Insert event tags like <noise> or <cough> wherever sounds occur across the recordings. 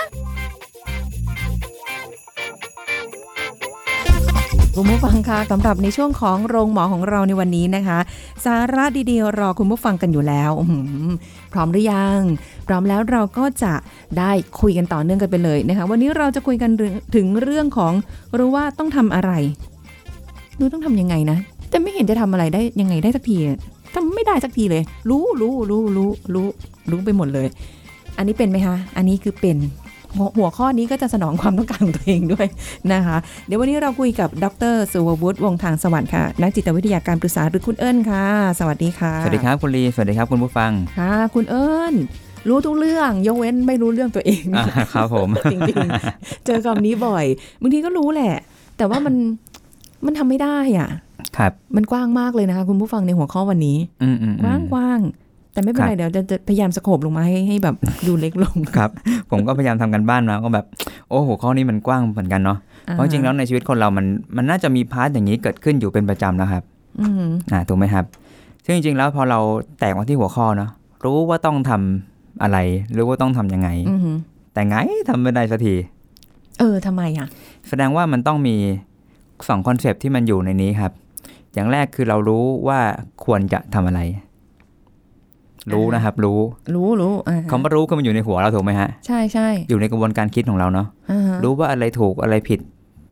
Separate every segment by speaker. Speaker 1: ล
Speaker 2: คุณผู้ฟังคะสำหรับในช่วงของโรงหมอของเราในวันนี้นะคะ สาระดีๆรอคุณผู้ฟังกันอยู่แล้วอื้อหือพร้อมหรือยัง พร้อมแล้วเราก็จะได้คุยกันต่อเนื่องกันไปเลยนะคะ วันนี้เราจะคุยกันเรื่องถึงเรื่องของรู้ว่าต้องทำอะไรรู้ต้องทำยังไงนะ แต่ไม่เห็นจะทำอะไรได้ยังไงได้สักทีอะทำไม่ได้สักทีเลย รู้รู้รู้รู้รู้รู้ไปหมดเลย อันนี้เป็นไหมคะ อันนี้คือเป็นหัวหัวข้อนี้ก็จะสนองความต้องการของตัวเองด้วยนะคะ เดี๋ยววันนี้เราคุยกับดรสุววุฒิวงศ์ทางสวัสดิ์ค่ะ นักจิตวิทยาการปรึกษาหรือคุณเอิญค่ะ สวัสดีค่ะ
Speaker 3: สวัสดีครับคุณลี สวัสดีครับคุณผู้ฟัง <laughs>
Speaker 2: ค่ะ คุณเอิญรู้ทุกเรื่องยกเว้นไม่รู้เรื่องตัวเอง
Speaker 3: อ่าครับผม
Speaker 2: <laughs> จริงๆ เจอคำนี้บ่อยบางทีก็รู้แหละ แต่ว่ามันมันทำไม่ได้อ่ะ
Speaker 3: ครับ
Speaker 2: มันกว้างมากเลยนะคะ คุณผู้ฟังในหัวข้อวันนี้
Speaker 3: อืมอืม
Speaker 2: ก
Speaker 3: อื
Speaker 2: ว้าง
Speaker 3: ม
Speaker 2: กว้างๆแต่ไม่เป็นไรเดี๋ยวจะจะพยายามสโคบลงมาให้ให้แบบดูเล็กลง
Speaker 3: ครับ ผมก็พยายามทำกันบ้านมาก็แบบ โอ้โหข้อนี้มันกว้างเหมือนกันเนาะ
Speaker 2: อ่
Speaker 3: เพราะจริงๆแล้วในชีวิตคนเรามันมันน่าจะมีพาร์ทอย่างนี้เกิดขึ้นอยู่เป็นประจำนะครับ
Speaker 2: อืม
Speaker 3: อ่าถูกไหมครับ ซึ่งจริงๆแล้วพอเราแตกมาที่หัวข้อเนาะรู้ว่าต้องทำอะไรรู้ว่าต้องทำยังไง
Speaker 2: อืม
Speaker 3: แต่ไงทำไม่ได้สักที
Speaker 2: เออทำไมอ่ะ
Speaker 3: แสดงว่ามันต้องมีสองคอนเซปที่มันอยู่ในนี้ครับ อย่างแรกคือเรารู้ว่าควรจะทำอะไร รู้นะครับ รู้
Speaker 2: รู้รู้อ่า
Speaker 3: คำว่ารู้คือมันอยู่ในหัวเราถูกไหมฮะ
Speaker 2: ใช่ใช่
Speaker 3: อยู่ในกระบวนการคิดของเราเนาะ
Speaker 2: อ่าฮะ
Speaker 3: รู้ว่าอะไรถูกอะไรผิด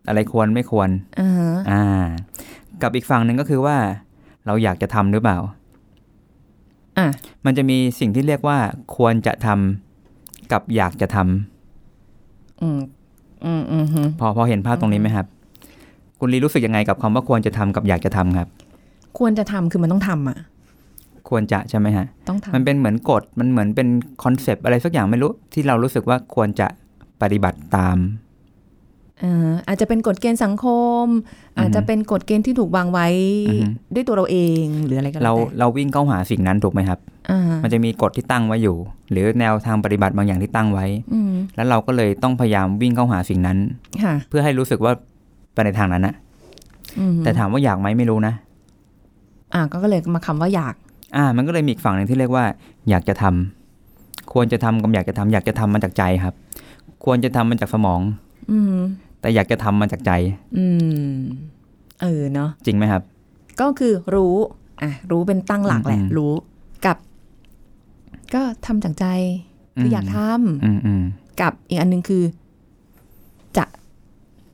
Speaker 3: อะไรควรไม่ควร
Speaker 2: อ่าฮะ
Speaker 3: อ่า กับอีกฝั่งหนึ่งก็คือว่า เราอยากจะทำหรือเปล่า
Speaker 2: อ่ะ
Speaker 3: มันจะมีสิ่งที่เรียกว่าควรจะทำกับอยากจะทำ
Speaker 2: อืมอืมอืมฮึ
Speaker 3: พอพอเห็นภาพตรงนี้ไหมครับ คุณลีรู้สึกยังไงกับคำว่าควรจะทำกับอยากจะทำครับ
Speaker 2: ควรจะทำคือมันต้องทำอ่ะ
Speaker 3: ควรจะใช่ไหมฮะ
Speaker 2: ต้อง
Speaker 3: มัน
Speaker 2: ทำ
Speaker 3: เป็นเหมือนกฎ มันเหมือนเป็นคอนเซปต์อะไรสักอย่างไม่รู้ ที่เรารู้สึกว่าควรจะปฏิบัติตาม
Speaker 2: เอ่ออาจจะเป็นกฎเกณฑ์สังคม
Speaker 3: อือฮึ
Speaker 2: อาจจะเป็นกฎเกณฑ์ที่ถูกวางไว้
Speaker 3: อือฮึ
Speaker 2: ด้วยตัวเราเองหรืออะไรก็แล้
Speaker 3: เรา
Speaker 2: วแต่
Speaker 3: เราวิ่งเข้าหาสิ่งนั้นถูกไหมครับ
Speaker 2: อ่าฮะ
Speaker 3: มันจะมีกฎที่ตั้งไว้อยู่ หรือแนวทางปฏิบัติบางอย่างที่ตั้งไว้
Speaker 2: อืม
Speaker 3: แล้วเราก็เลยต้องพยายามวิ่งเข้าหาสิ่งนั้น
Speaker 2: ค่ะ
Speaker 3: เพื่อให้รู้สึกว่าไปในทางนั้นนะ
Speaker 2: อืมฮึ
Speaker 3: แต่ถามว่าอยากไหมไม่รู้นะ
Speaker 2: อ่าก็เลยมาคำว่าอยาก
Speaker 3: อ่า มันก็เลยมีอีกฝั่งหนึ่งที่เรียกว่า อยากจะทำควรจะทำกับอยากจะทำอยากจะทำมาจากใจครับ ควรจะทำมันจากสมอง
Speaker 2: อืม
Speaker 3: แต่อยากจะทำมันจากใจ
Speaker 2: อืมเออเนาะ
Speaker 3: จริงไหมครับ
Speaker 2: ก็คือรู้ อ่ะ รู้เป็นตั้งหลักแหละ
Speaker 3: อืม
Speaker 2: รู้กับ ก็ทำจากใจ คืออยากทำ
Speaker 3: อืมอืม
Speaker 2: กับอีกอันหนึงคือ จะ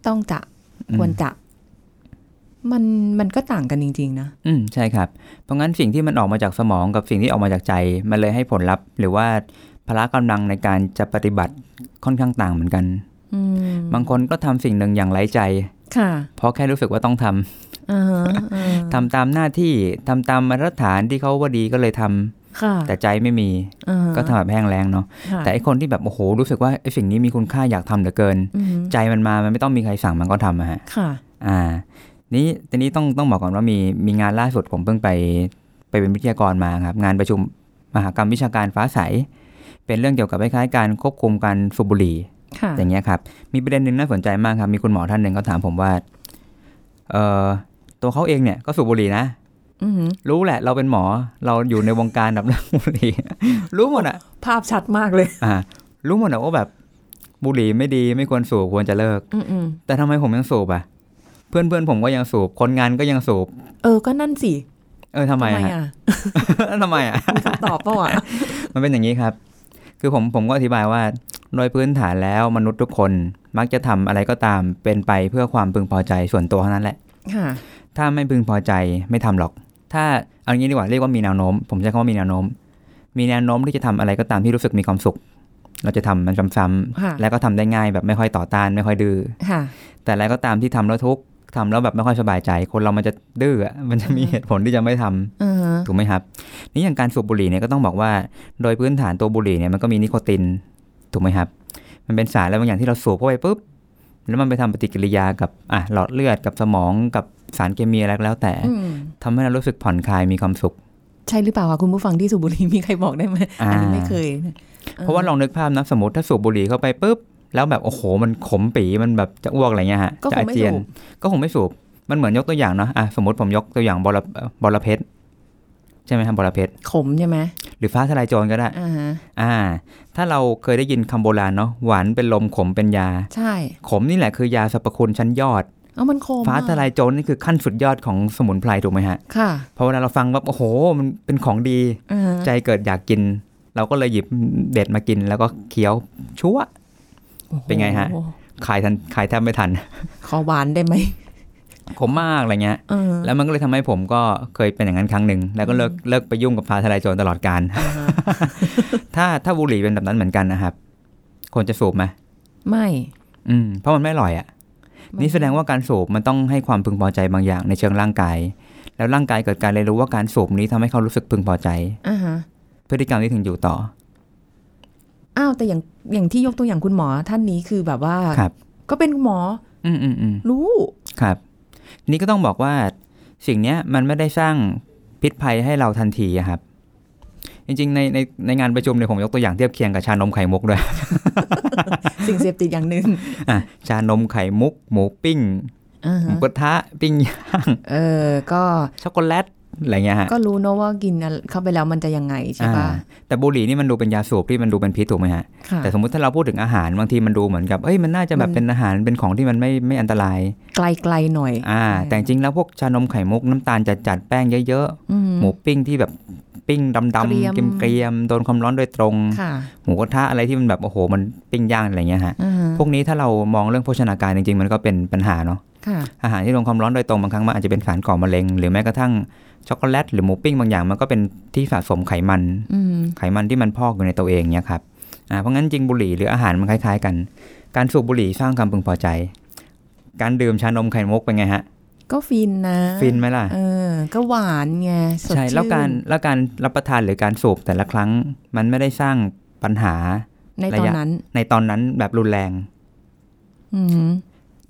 Speaker 2: ต้องจะ
Speaker 3: อืม
Speaker 2: ควรจะ มันมันก็ต่างกันจริง ๆ นะ
Speaker 3: อืมใช่ครับ เพราะงั้นสิ่งที่มันออกมาจากสมองกับสิ่งที่ออกมาจากใจ มันเลยให้ผลลัพธ์ หรือว่าพละกำลังในการจะปฏิบัติค่อนข้างต่างเหมือนกัน
Speaker 2: อืม
Speaker 3: บางคนก็ทำสิ่งหนึ่งอย่างไร้ใจ
Speaker 2: ค่ะ
Speaker 3: เพราะแค่รู้สึกว่าต้องทำ
Speaker 2: อ่าฮะอ่า
Speaker 3: ทำตามหน้าที่ทำตามมาตรฐานที่เขาว่าดีก็เลยทำ
Speaker 2: ค่ะ
Speaker 3: แต่ใจไม่มี
Speaker 2: อ่าฮะ
Speaker 3: ก็ทำแบบแห้งแล้งเนาะ
Speaker 2: ค่ะ
Speaker 3: แต่ไอคนที่แบบโอ้โหรู้สึกว่าไอสิ่งนี้มีคุณค่าอยากทำเหลือเกิน
Speaker 2: อืม
Speaker 3: ใจมันมามันไม่ต้องมีใครสั่งมันก็ทำอะฮะ
Speaker 2: ค่ะ
Speaker 3: อ่า นี้ทีนี้ต้องต้องบอกก่อนว่ามีมีงานล่าสุดผมเพิ่งไปไปเป็นวิทยากรมาครับ งานประชุมมหกรรมวิชาการฟ้าใส เป็นเรื่องเกี่ยวกับคล้ายๆการควบคุมการสูบบุหรี่
Speaker 2: ค่ะ
Speaker 3: อย่างเงี้ยครับ มีประเด็นหนึ่งน่าสนใจมากครับ มีคุณหมอท่านหนึ่งเขาถามผมว่า เอ่อ ตัวเขาเองเนี่ยก็สูบบุหรี่นะ
Speaker 2: อืม
Speaker 3: รู้แหละ เราเป็นหมอ เราอยู่ในวงการแบบเรื่องบุหรี่ <laughs> รู้หมดอ่ะ
Speaker 2: ภาพชัดมากเลย
Speaker 3: อ่า รู้หมดอ่ะว่าแบบบุหรี่ไม่ดีไม่ควรสูบควรจะเลิก
Speaker 2: อืมอืม
Speaker 3: แต่ทำไมผมยังสูบอ่ะ เพื่อนเพื่อนๆผมก็ยังสูบ คนงานก็ยังสูบ
Speaker 2: เออก็นั่นสิ
Speaker 3: เออทำไมอ่ะ <laughs> ทำไมอ่ะ
Speaker 2: มีคำตอบเปล่าวะ
Speaker 3: มันเป็นอย่างนี้ครับ คือผมผมก็อธิบายว่า โดยพื้นฐานแล้วมนุษย์ทุกคนมักจะทำอะไรก็ตามเป็นไปเพื่อความพึงพอใจส่วนตัวเท่านั้นแหละ
Speaker 2: ค่ะ
Speaker 3: ถ้าไม่พึงพอใจไม่ทำหรอก ถ้าเอางี้ดีกว่าเรียกว่ามีแนวโน้ม ผมใช้คำว่ามีแนวโน้ม มีแนวโน้มที่จะทำอะไรก็ตามที่รู้สึกมีความสุข เราจะทำมันซ้ำ
Speaker 2: ค่ะ
Speaker 3: ๆแล้วก็ทำได้ง่ายแบบไม่ค่อยต่อต้านไม่ค่อยดื้อ
Speaker 2: ค่ะ
Speaker 3: แต่อะไรก็ตามที่ทำแล้วทุกข์ทำแล้วแบบไม่ค่อยสบายใจ คนเรามันจะดื้ออะมันจะมีเหตุผลที่จะไม่ทำ
Speaker 2: เออ
Speaker 3: ถูกไหมครับ นี่อย่างการสูบบุหรี่เนี่ยก็ต้องบอกว่า โดยพื้นฐานตัวบุหรี่เนี่ยมันก็มีนิโคตินถูกไหมครับ มันเป็นสารอะไรบางอย่างที่เราสูบเข้าไปปุ๊บ แล้วมันไปทำปฏิกิริยากับอ่ะหลอดเลือดกับสมองกับสารเคมีอะไรก็แล้วแต่
Speaker 2: อืม
Speaker 3: ทำให้เรารู้สึกผ่อนคลายมีความสุข
Speaker 2: ใช่หรือเปล่าคะคุณผู้ฟังที่สูบบุหรี่มีใครบอกได้ไหม
Speaker 3: อ่า
Speaker 2: อันนี้ไม่เคยนะ
Speaker 3: เพราะว่าลองนึกภาพนะสมมติถ้าสูบบุหรี่เข้าไปปุ๊บแล้วแบบโอ้โหมันขมปีมันแบบจะอ้วกอะไรเงี้ยฮะ
Speaker 2: ก็
Speaker 3: จะ
Speaker 2: คง
Speaker 3: อา
Speaker 2: ไม่
Speaker 3: เจียน
Speaker 2: สูบ
Speaker 3: ก็คงไม่สูบมันเหมือนยกตัวอย่างเนาะอ่ะสมมติผมยกตัวอย่างบอลบอลเพชรใช่ไหมครับบอลเพชร
Speaker 2: ขมใช่ไหม
Speaker 3: หรือฟ้าทลายโจรก็ได้
Speaker 2: อ่าฮะ
Speaker 3: อ่า ถ้าเราเคยได้ยินคำโบราณเนาะหวานเป็นลมขมเป็นยา
Speaker 2: ใช่
Speaker 3: ขมนี่แหละคือยาสรรพคุณชั้นยอด
Speaker 2: เอามันขม
Speaker 3: ฟ้า
Speaker 2: อะ
Speaker 3: ทลายโจรนี่คือขั้นสุดยอดของสมุนไพรถูกไหมฮะ
Speaker 2: ค่ะ
Speaker 3: พอเวลาเราฟังว่าโอ้โห มันเป็นของดี
Speaker 2: อ่าฮะ
Speaker 3: ใจเกิดอยากกิน เราก็เลยหยิบเด็ดมากิน แล้วก็เคี้ยวชั่ว
Speaker 2: โอ้โห
Speaker 3: เป็นไงฮะ ขายทันขายแทบไม่ทัน
Speaker 2: ขอหวานได้ไหม
Speaker 3: ขมมากอะไรเงี้ย
Speaker 2: เออ
Speaker 3: แล้วมันก็เลยทำให้ผมก็เคยเป็นอย่างนั้นครั้งหนึ่งแล้วก็เลิกเลิกไปยุ่งกับฟ้าทลายโจรตลอด <laughs> การ
Speaker 2: อ่าฮะ
Speaker 3: ถ้าถ้าบุหรี่เป็นแบบนั้นเหมือนกันนะครับคนจะสูบไหม
Speaker 2: ไม่
Speaker 3: อืมเพราะมันไม่อร่อยอ่ะ นี่แสดงว่าการสูบมันต้องให้ความพึงพอใจบางอย่างในเชิงร่างกาย แล้วร่างกายเกิดการเรียนรู้ว่าการสูบนี้ทำให้เขารู้สึกพึงพอใจ
Speaker 2: อ่าฮะ
Speaker 3: พฤติกรรมนี้ถึงอยู่ต่อ
Speaker 2: อ้าวแต่อย่างอย่างที่ยกตัวอย่างคุณหมอท่านนี้คือแบบว่า
Speaker 3: ครับ
Speaker 2: ก็เป็นหมอ
Speaker 3: อืมอืมอืม
Speaker 2: รู้ <laughs>
Speaker 3: ครับ นี่ก็ต้องบอกว่าสิ่งเนี้ยมันไม่ได้สร้างพิษภัยให้เราทันทีอะครับ จริงๆ ในในในงานประชุมเนี่ยผมยกตัวอย่างเทียบเคียงกับชานมไข่มุกด้วย <laughs>
Speaker 2: สิ่งเสพติดอย่างหนึ่ง
Speaker 3: อ่ะชานมไข่มุก หมูปิ้ง
Speaker 2: อ่า
Speaker 3: หมู
Speaker 2: ฮะ
Speaker 3: กระทะปิ้ง <laughs> ย่าง
Speaker 2: เออก็
Speaker 3: ช็อกโกแลตอะไรเงี้ยฮะ
Speaker 2: ก็รู้เนอะว่ากินอะไรเข้าไปแล้วมันจะยังไงใช่
Speaker 3: อ่า
Speaker 2: ปะ
Speaker 3: แต่บุหรี่นี่มันดูเป็นยาสูบที่มันดูเป็นพิษถูกไหมฮะ
Speaker 2: ค่ะ
Speaker 3: แต่สมมติถ้าเราพูดถึงอาหารบางทีมันดูเหมือนกับ เอ้ยมันน่าจะแบบ
Speaker 2: มัน
Speaker 3: เป็นอาหารเป็นของที่มันไม่ไม่อันตราย
Speaker 2: ไกลๆหน่อย
Speaker 3: อ่า แต่จริงๆแล้วพวกชานมไข่มุกน้ำตาลจัดจัดๆแป้งเยอะ
Speaker 2: อืม
Speaker 3: ๆ หมูปิ้งที่แบบปิ้งดำๆ
Speaker 2: เกรียม
Speaker 3: เกรียมๆโดนความร้อนโดยตรง
Speaker 2: ค่ะ
Speaker 3: หมูกระทะอะไรที่มันแบบโอ้โห มันปิ้งย่างอะไรเงี้ยฮะ
Speaker 2: อ่าฮะ
Speaker 3: พวกนี้ถ้าเรามองเรื่องโภชนาการจริงๆ มันก็เป็นปัญหาเนาะ
Speaker 2: ค่ะ
Speaker 3: อาหารที่โดนความร้อนโดยตรงบางครั้งมันอาจจะเป็นสารก่อมะเร็ง หรือแม้กระทั่งช็อกโกแลตหรือหมูปิ้งบางอย่างมันก็เป็นที่สะสมไขมัน
Speaker 2: อืม
Speaker 3: ไขมันที่มันพอกอยู่ในตัวเองเนี่ยครับ อ่า เพราะงั้นจริงบุหรี่หรืออาหารมันคล้ายๆกัน การสูบบุหรี่สร้างความพึงพอใจ การดื่มชานมไข่มุกเป็นไงฮะ
Speaker 2: ก็ฟินนะ
Speaker 3: ฟินไหมล่ะ
Speaker 2: เออ ก็หวานไงสด
Speaker 3: ใช่
Speaker 2: ชื่น
Speaker 3: แล้วการแล้วการรับประทานหรือการสูบแต่ละครั้ง มันไม่ได้สร้างปัญหา
Speaker 2: ในตอน
Speaker 3: ระยะ
Speaker 2: นั้น
Speaker 3: ในตอนนั้นแบบรุนแรง
Speaker 2: อืม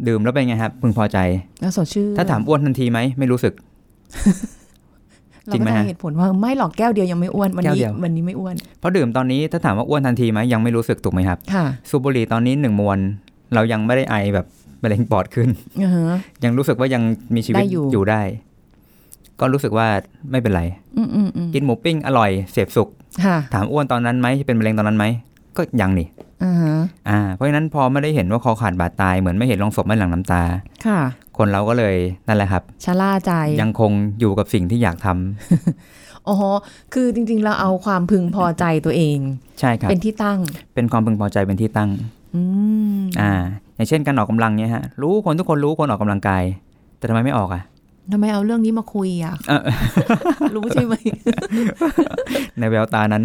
Speaker 3: ดื่มแล้วเป็นไงครับ พึงพอใจ
Speaker 2: แล้วสดชื่น
Speaker 3: ถ้าถามอ้วนทันทีไหม ไม่รู้สึก จ
Speaker 2: เรา
Speaker 3: ริง
Speaker 2: ก็
Speaker 3: ไหม
Speaker 2: ได้
Speaker 3: ฮะ
Speaker 2: เหตุผลว่าไม่หรอกแก้วเดียวยังไม่อ้วนวัน
Speaker 3: แก้ว
Speaker 2: นี้
Speaker 3: เดียว
Speaker 2: วันนี้ไม่อ้วน
Speaker 3: เพราะดื่มตอนนี้ถ้าถามว่าอ้วนทันทีไหมยังไม่รู้สึกถูกไหมครับ
Speaker 2: ค่ะ
Speaker 3: สูบบุหรี่ตอนนี้หนึ่งมวน เรายังไม่ได้ไอแบบมะเร็งปอดขึ้น
Speaker 2: อ่าฮะ
Speaker 3: ยังรู้สึกว่ายังมีชีวิต
Speaker 2: ได้อยู่
Speaker 3: อยู่ได้ ก็รู้สึกว่าไม่เป็นไร
Speaker 2: อืมอืมอืม
Speaker 3: กินหมูปิ้งอร่อยเสพสุข
Speaker 2: ค่ะ
Speaker 3: ถามอ้วนตอนนั้นไหมเป็นมะเร็งตอนนั้นไหมก็ยังนี่
Speaker 2: อ่าฮะ
Speaker 3: อ่าเพราะฉะนั้นพอไม่ได้เห็นว่าคอขาดบาดตายเหมือนไม่เห็นโลงศพไม่หลังน้ำตา
Speaker 2: ค่ะ
Speaker 3: คนเราก็เลยนั่นแหละครับ
Speaker 2: ชะล่าใจ
Speaker 3: ยังคงอยู่กับสิ่งที่อยากทำ
Speaker 2: อ๋อ คือจริงๆ เราเอาความพึงพอใจตัวเอง
Speaker 3: ใช่ครับ
Speaker 2: เป็นที่ตั้ง
Speaker 3: เป็นความพึงพอใจเป็นที่ตั้ง
Speaker 2: อืม
Speaker 3: อ่า อย่างเช่นการออกกำลังเนี่ยฮะรู้คนทุกคนรู้คนออกกำลังกาย แต่ทำไมไม่ออกอ่ะ <laughs>
Speaker 2: ทำไมเอาเรื่องนี้มาคุยอ่ะ
Speaker 3: เออ
Speaker 2: <laughs> รู้ใช่ไหม
Speaker 3: ในแววตานั้น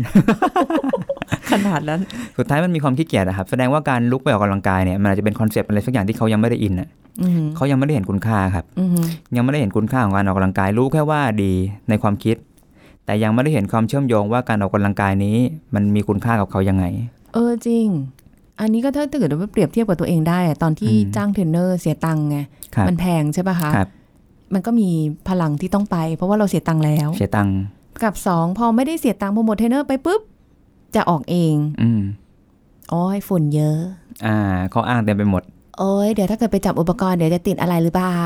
Speaker 3: <laughs>
Speaker 2: ขนาดนั้น
Speaker 3: สุดท้ายมันมีความขี้เกียจอะครับแสดงว่าการลุกไปออกกำลังกายเนี่ยมันอาจจะเป็นคอนเซปต์อะไรสักอย่างที่เขายังไม่ได้อินอะ
Speaker 2: อืม
Speaker 3: เขายังไม่ได้เห็นคุณค่าครับ
Speaker 2: อืม
Speaker 3: ยังไม่ได้เห็นคุณค่าของการออกกำลังกาย รู้แค่ว่าดีในความคิด แต่ยังไม่ได้เห็นความเชื่อมโยงว่าการออกกำลังกายนี้ มันมีคุณค่ากับเขายังไง
Speaker 2: เออจริง อันนี้ก็ถ้าถ้าเกิดว่าเปรียบเทียบกับตัวเองได้อะตอนที่
Speaker 3: อืม
Speaker 2: จ้างเทรนเนอร์เสียตังค์ไง
Speaker 3: ครับ
Speaker 2: มันแพงใช่ป่ะคะ
Speaker 3: ครับ
Speaker 2: มันก็มีพลังที่ต้องไป เพราะว่าเราเสียตังค์แล้ว
Speaker 3: เสียตังค์
Speaker 2: กับสองพอไม่ได้เสียตังค์พอหมดเทรนเนอร์ไปปุ๊บ จะออกเอง
Speaker 3: อืม
Speaker 2: โอ้ยฝุ่นเยอะ
Speaker 3: อ่าเขาอ้างเต็มไปหมด
Speaker 2: โอ้ยเดี๋ยวถ้าเกิดไปจับอุปกรณ์เดี๋ยวจะติดอะไรหรือเปล่า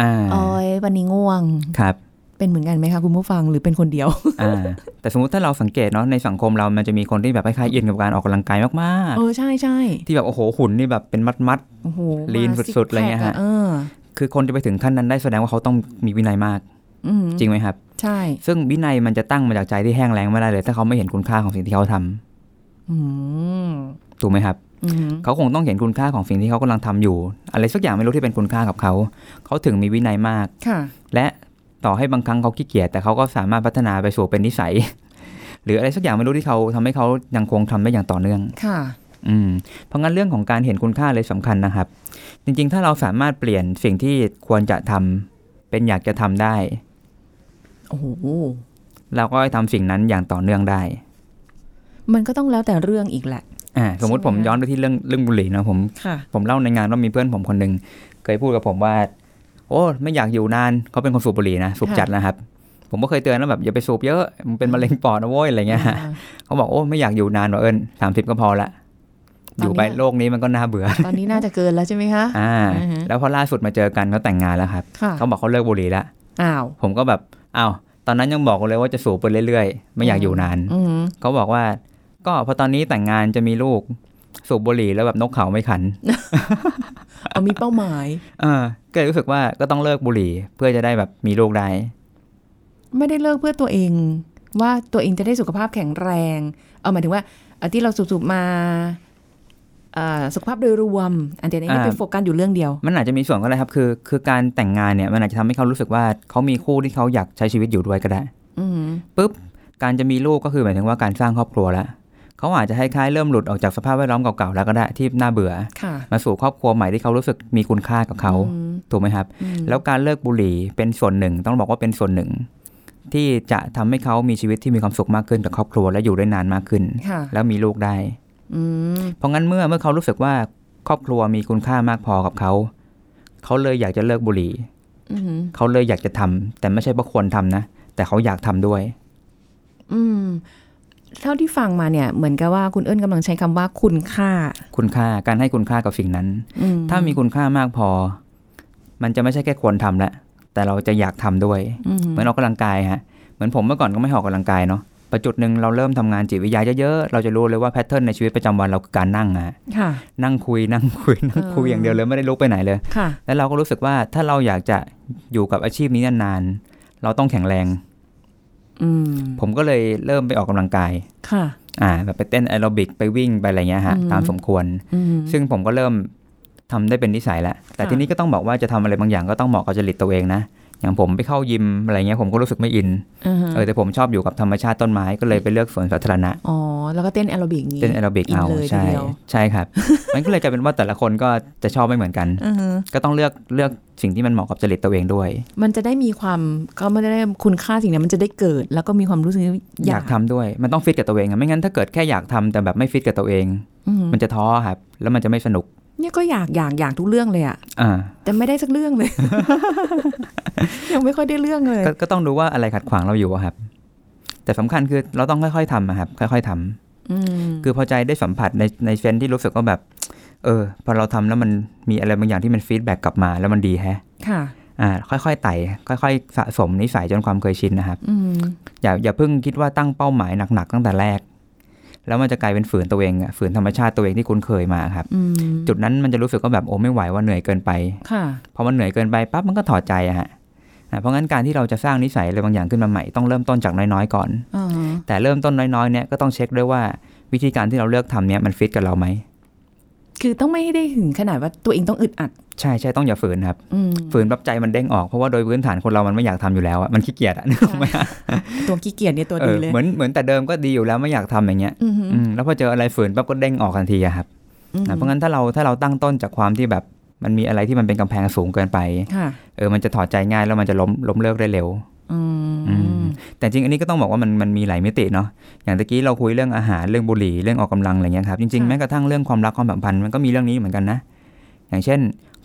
Speaker 3: อ่า
Speaker 2: โอ้ยวันนี้ง่วง
Speaker 3: ครับ
Speaker 2: เป็นเหมือนกันไหมคะคุณผู้ฟังหรือเป็นคนเดียว
Speaker 3: อ่า แต่สมมติถ้าเราสังเกตเนาะในสังคมเรามันจะมีคนที่แบบคล้ายๆอินกับการออกกำลังกายมาก
Speaker 2: เออใช่ใช่
Speaker 3: ๆ ที่แบบโอ้โหหุ่นนี่แบบเป็นมัด
Speaker 2: โอ้โห
Speaker 3: ลีน
Speaker 2: มา
Speaker 3: สุดๆอะไรเงี้ยฮะ
Speaker 2: ซิกแพคอเออ
Speaker 3: ๆ คือคนจะไปถึงขั้นนั้นได้แสดงว่าเขาต้องมีวินัยมาก
Speaker 2: อืม
Speaker 3: จริงไหมครับ
Speaker 2: ใช่
Speaker 3: ซึ่งวินัยมันจะตั้งมาจากใจที่แห้งแล้งไม่ได้เลย ถ้าเขาไม่เห็นคุณค่าของสิ่งที่เขาทำ
Speaker 2: อืม
Speaker 3: ถูกไหมครับ
Speaker 2: อืม
Speaker 3: เขาคงต้องเห็นคุณค่าของสิ่งที่เขากำลังทำอยู่ อะไรสักอย่างไม่รู้ที่เป็นคุณค่ากับเขา เขาถึงมีวินัยมาก
Speaker 2: ค่ะ
Speaker 3: และต่อให้บางครั้งเขาขี้เกียจแต่เขาก็สามารถพัฒนาไปสู่เป็นนิสัย <laughs> หรืออะไรสักอย่างไม่รู้ที่เขาทำให้เขายังคงทำได้อย่างต่อเนื่อง
Speaker 2: ค่ะ
Speaker 3: อืมเพราะงั้นเรื่องของการเห็นคุณค่าเลยสำคัญนะครับ จริงๆ ถ้าเราสามารถเปลี่ยนสิ่งที่ควรจะทำเป็นอยากจะทำได้
Speaker 2: โอ้โห
Speaker 3: เราก็ทำสิ่งนั้นอย่างต่อเนื่องได้
Speaker 2: มันก็ต้องแล้วแต่เรื่องอีกแหละ
Speaker 3: อ่าสมมติผมย้อนไปที่เรื่องเรื่องบุหรี่เนอะผม
Speaker 2: ค่ะ
Speaker 3: ผมเล่าในงานว่ามีเพื่อนผมคนหนึ่งเคยพูดกับผมว่า โอ้ไม่อยากอยู่นานเขาเป็นคนสูบบุหรี่นะสูบ
Speaker 2: ค่ะ
Speaker 3: จัดนะครับ ผมก็เคยเตือนแล้วแบบอย่าไปสูบเยอะมันเป็นมะเร็งปอดนะโว้ยอะไรเงี้ย
Speaker 2: อ่า
Speaker 3: เขาบอกโอ้ไม่อยากอยู่นานหรอกเอิญสามสิบก็พอละ
Speaker 2: ตอนนี้
Speaker 3: อยู่ไปโลกนี้มันก็น่าเบื่อ
Speaker 2: ตอนนี้น่าจะเกินแล้วใช่ไหมคะ
Speaker 3: อ่า
Speaker 2: อือฮึ
Speaker 3: แล้วพอล่าสุดมาเจอกันเขาแต่งงานแล้วครับ
Speaker 2: ค่ะ
Speaker 3: เขาบอกเขาเลิกบุหรี่ละ
Speaker 2: อ้าว
Speaker 3: ผมก็แบบอ้าวตอนนั้นยังบอกเลยว่าจะสูบไปเรื่อยๆ ไม่อยากอยู่นาน
Speaker 2: อืม
Speaker 3: เขาบอกว่า ก็พอตอนนี้แต่งงานจะมีลูกสูบบุหรี่แล้วแบบนกเขาไม่ขัน
Speaker 2: เอามีเป้าหมาย
Speaker 3: เออก็เลยรู้สึกว่าก็ต้องเลิกบุหรี่เพื่อจะได้แบบมีลูกได้
Speaker 2: ไม่ได้เลิกเพื่อตัวเอง ว่าตัวเองจะได้สุขภาพแข็งแรง เอาหมายถึงว่าเอ่อที่เราสูบๆมาเอ่อสุขภาพโดยรวม อันเดียวนี้
Speaker 3: อ่า
Speaker 2: เป็นโฟกัสอยู่เรื่องเดียว
Speaker 3: มันอาจจะมีส่วนก็ได้ครับ คือคือการแต่งงานเนี่ยมันอาจจะทำให้เขารู้สึกว่าเขามีคู่ที่เขาอยากใช้ชีวิตอยู่ด้วยก็ได้
Speaker 2: อืม
Speaker 3: การจะมีลูกก็คือหมายถึงว่าการสร้างครอบครัวละเขาอาจจะคล้ายๆเริ่มหลุดออกจากสภาพแวดล้อมเก่าๆแล้วก็ได้ที่น่าเบื่อ
Speaker 2: ค่ะ
Speaker 3: มาสู่ครอบครัวใหม่ที่เขารู้สึกมีคุณค่ากับเขา
Speaker 2: อืม
Speaker 3: ถูกไหมครับ
Speaker 2: อืม
Speaker 3: แล้วการเลิกบุหรี่เป็นส่วนหนึ่ง ต้องบอกว่าเป็นส่วนหนึ่ง ที่จะทำให้เขามีชีวิตที่มีความสุขมากขึ้นกับครอบครัวและอยู่ได้นานมากขึ้น
Speaker 2: ค่ะ
Speaker 3: แล้วมีลูกได้
Speaker 2: อืม
Speaker 3: เพราะงั้นเมื่อเมื่อเขารู้สึกว่าครอบครัวมีคุณค่ามากพอกับเขา เขาเลยอยากจะเลิกบุหรี่
Speaker 2: อืม
Speaker 3: เขาเลยอยากจะทำแต่ไม่ใช่เพราะควรทำนะ แต่เขาอยากทำด้วย
Speaker 2: อืมเท่าที่ฟังมาเนี่ย เหมือนกับว่าคุณเอิญกำลังใช้คำว่าคุณค่า
Speaker 3: คุณค่าการให้คุณค่ากับสิ่งนั้น
Speaker 2: อื
Speaker 3: ถ้ามีคุณค่ามากพอ มันจะไม่ใช่แค่ควรทำละแต่เราจะอยากทำด้วย
Speaker 2: อืม
Speaker 3: เหมือนออกกำลังกายฮะเหมือนผมเมื่อก่อนก็ไม่ออกกำลังกายเนาะประจุดหนึ่งเราเริ่มทำงานจิตวิทยาเยอะๆเราจะรู้เลยว่าแพทเทิร์นในชีวิตประจำวันเราคือการนั่งอะ
Speaker 2: ค่ะ
Speaker 3: นั่งคุยนั่งคุยนั่งคุยอย่างเดียวเลยไม่ได้ลุกไปไหนเลย
Speaker 2: ค่ะ
Speaker 3: แล้วเราก็รู้สึกว่าถ้าเราอยากจะอยู่กับอาชีพนี้นานๆ เราต้องแข็งแรง
Speaker 2: อืม
Speaker 3: ผมก็เลยเริ่มไปออกกำลังกาย
Speaker 2: ค่ะ
Speaker 3: อ่าแบบไปเต้นแอโรบิกไปวิ่งไปอะไรเงี้ยฮะ
Speaker 2: อืม
Speaker 3: ตามสมควร
Speaker 2: อืม
Speaker 3: ซึ่งผมก็เริ่มทำได้เป็นนิสัยแล้ว แต่
Speaker 2: ค่ะ
Speaker 3: ทีนี้ก็ต้องบอกว่าจะทำอะไรบางอย่างก็ต้องเหมาะกับจริตตัวเองนะ อย่างผมไปเข้ายิมอะไรเงี้ยผมก็รู้สึกไม่อิน
Speaker 2: อ่าฮะ
Speaker 3: เออแต่ผมชอบอยู่กับธรรมชาติต้นไม้ก็เลยไปเลือกสวนสาธารณะ
Speaker 2: อ๋อ แล้วก็เต้นแอโรบิกอย่างงี้
Speaker 3: เต้นแอโรบิก
Speaker 2: อิน
Speaker 3: เอา
Speaker 2: เลยที
Speaker 3: ใช่
Speaker 2: เดียว
Speaker 3: ใช่
Speaker 2: <laughs>
Speaker 3: ครับ มันก็เลยกลายเป็นว่าแต่ละคนก็จะชอบไม่เหมือนกัน
Speaker 2: อือฮึ
Speaker 3: ก็ต้องเลือกเลือกสิ่งที่มันเหมาะกับจริตตัวเองด้วย
Speaker 2: มันจะได้มีความก็ไม่ได้คุณค่าสิ่งนั้นมันจะได้เกิด แล้วก็มีความรู้สึก
Speaker 3: อยากทำด้วยมันต้องฟิตกับตัวเองอะไม่งั้นถ้าเกิดแค่อยากทำแต่แบบไม่ฟิตกับตัวเอง
Speaker 2: อืม
Speaker 3: มันจะท้อครับ แล้วมันจะไม่สนุก
Speaker 2: เนี่ยก็อยากอยากอยากทุกเรื่องเลยอะ
Speaker 3: อ่า
Speaker 2: แต่ไม่ได้สักเรื่อง
Speaker 3: <laughs>
Speaker 2: เลย ยังไม่ค่อยได้เรื่องเลย
Speaker 3: ก็ก็ต้องดูว่าอะไรขัดขวางเราอยู่อะครับ แต่สำคัญคือเราต้องค่อยๆทำอะครับ ค่อย ๆทำ
Speaker 2: อืม
Speaker 3: คือพอใจได้สัมผัสในในเซนที่รู้สึกว่าแบบ เออ พอเราทำแล้วมันมีอะไรบางอย่างที่มันฟีดแบ็กกลับมา แล้วมันดีแฮะ
Speaker 2: ค่ะ
Speaker 3: อ่า ค่อยๆไต่ค่อย ๆ สะสมนิสัยจนความเคยชินนะครับ
Speaker 2: อืม
Speaker 3: อย่าอย่าเพิ่งคิดว่าตั้งเป้าหมายหนักๆตั้งแต่แรก แล้วมันจะกลายเป็นฝืนตัวเองอะฝืนธรรมชาติตัวเองที่คุ้นเคยมาครับ
Speaker 2: อืม
Speaker 3: จุดนั้นมันจะรู้สึกว่าแบบโอ้ไม่ไหวว่าเหนื่อยเกินไป
Speaker 2: ค่ะ
Speaker 3: พอมันเหนื่อยเกินไปปั๊บมันก็ถอดใจอะฮะอ่ะเพราะงั้นการที่เราจะสร้างนิสัยอะไรบางอย่างขึ้นมาใหม่ต้องเริ่มต้นจากน้อยๆก่อน
Speaker 2: อ่าฮะ
Speaker 3: แต่เริ่มต้นน้อยๆเนี่ยก็ต้องเช็คด้วยว่าวิธีการที่เราเลือกทำเนี่ยมันฟิตกับเราไหม
Speaker 2: คือต้องไม่ให้ได้ถึงขนาดว่าตัวเองต้องอึดอัด
Speaker 3: ใช่ใช่ต้องอย่าฝืนครับ
Speaker 2: อืม
Speaker 3: ฝืนปั๊บใจมันเด้งออกเพราะว่าโดยพื้นฐานคนเรามันไม่อยากทำอยู่แล้วอะมันขี้เกียจอะนึกออกไหมฮะ
Speaker 2: ตัวขี้เกียจเนี่ยตัว
Speaker 3: <laughs> เอ
Speaker 2: ดี
Speaker 3: อ
Speaker 2: เลย
Speaker 3: เหมือนเหมือนแต่เดิมก็ดีอยู่แล้วไม่อยากทำอย่างเงี้ย
Speaker 2: อือหือ
Speaker 3: อืมแล้วพอเจออะไรฝืนปั๊บก็เด้งออกทันทีอะครับ
Speaker 2: อือหื
Speaker 3: นะ
Speaker 2: อ
Speaker 3: เพราะงั้นถ้าเราถ้าเราตั้งต้นจากความที่แบบมันมีอะไรที่มันเป็นกำแพงสูงเกินไป
Speaker 2: ค่ะ
Speaker 3: เออ มันจะถอดใจง่ายแล้วมันจะล้มล้มเลิกได้เร็ว
Speaker 2: อื
Speaker 3: อื
Speaker 2: ม
Speaker 3: ม แต่จริงอันนี้ก็ต้องบอกว่ามันมันมีหลายมิติเนาะ อย่างตะกี้เราคุยเรื่องอาหารเรื่องบุหรี่เรื่องออกกำลังอะไรเงี้ยครับ จริงๆแม้กระทั่งเรื่องความรักความสัมพันธ์มันก็มีเรื่องนี้เหมือนกันนะ อย่างเช่น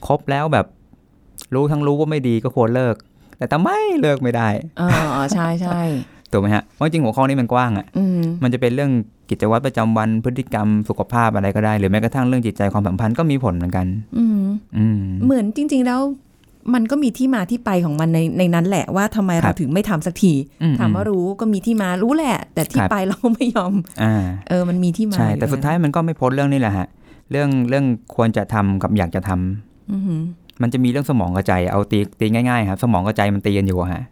Speaker 3: คบแล้วแบบรู้ทั้งรู้ว่าไม่ดีก็ควรเลิก แต่ทำไมเลิกไม่ได้
Speaker 2: อ่าใช่ใช่
Speaker 3: ถูกไหมฮะ เพราะจริงหัวข้อนี้มันกว้างอะ่ะ
Speaker 2: อืม
Speaker 3: มันจะเป็นเรื่องกิจวัตรประจำวันพฤติกรรมสุขภาพอะไรก็ได้ หรือแม้กระทั่งเรื่องจิตใจความสัมพันธ์ก็มีผลเหมือนกัน
Speaker 2: อืม
Speaker 3: อืม
Speaker 2: เหมือนจริง ๆ แล้วมันก็มีที่มาที่ไปของมันในในนั้นแหละว่าทำไม
Speaker 3: ครั
Speaker 2: เรา
Speaker 3: บ
Speaker 2: ถึงไม่ทำสักที
Speaker 3: อืม
Speaker 2: ถามว่ารู้ก็มีที่มารู้แหละ แต่ที่
Speaker 3: ครับ
Speaker 2: ไปเราไม่ยอ
Speaker 3: <laughs>
Speaker 2: ม
Speaker 3: อ่า
Speaker 2: เออมันมีที่มา
Speaker 3: ใช่ แต่สุดท้ายมันก็ไม่พ้นเรื่องนี่แหละฮะ เรื่องเรื่องควรจะทำกับอยากจะทำ
Speaker 2: อือหือ
Speaker 3: มันจะมีเรื่องสมองกับใจ เอาตีตีง่ายๆครับ สมองกับใจมันตีกันอยู่อะฮะ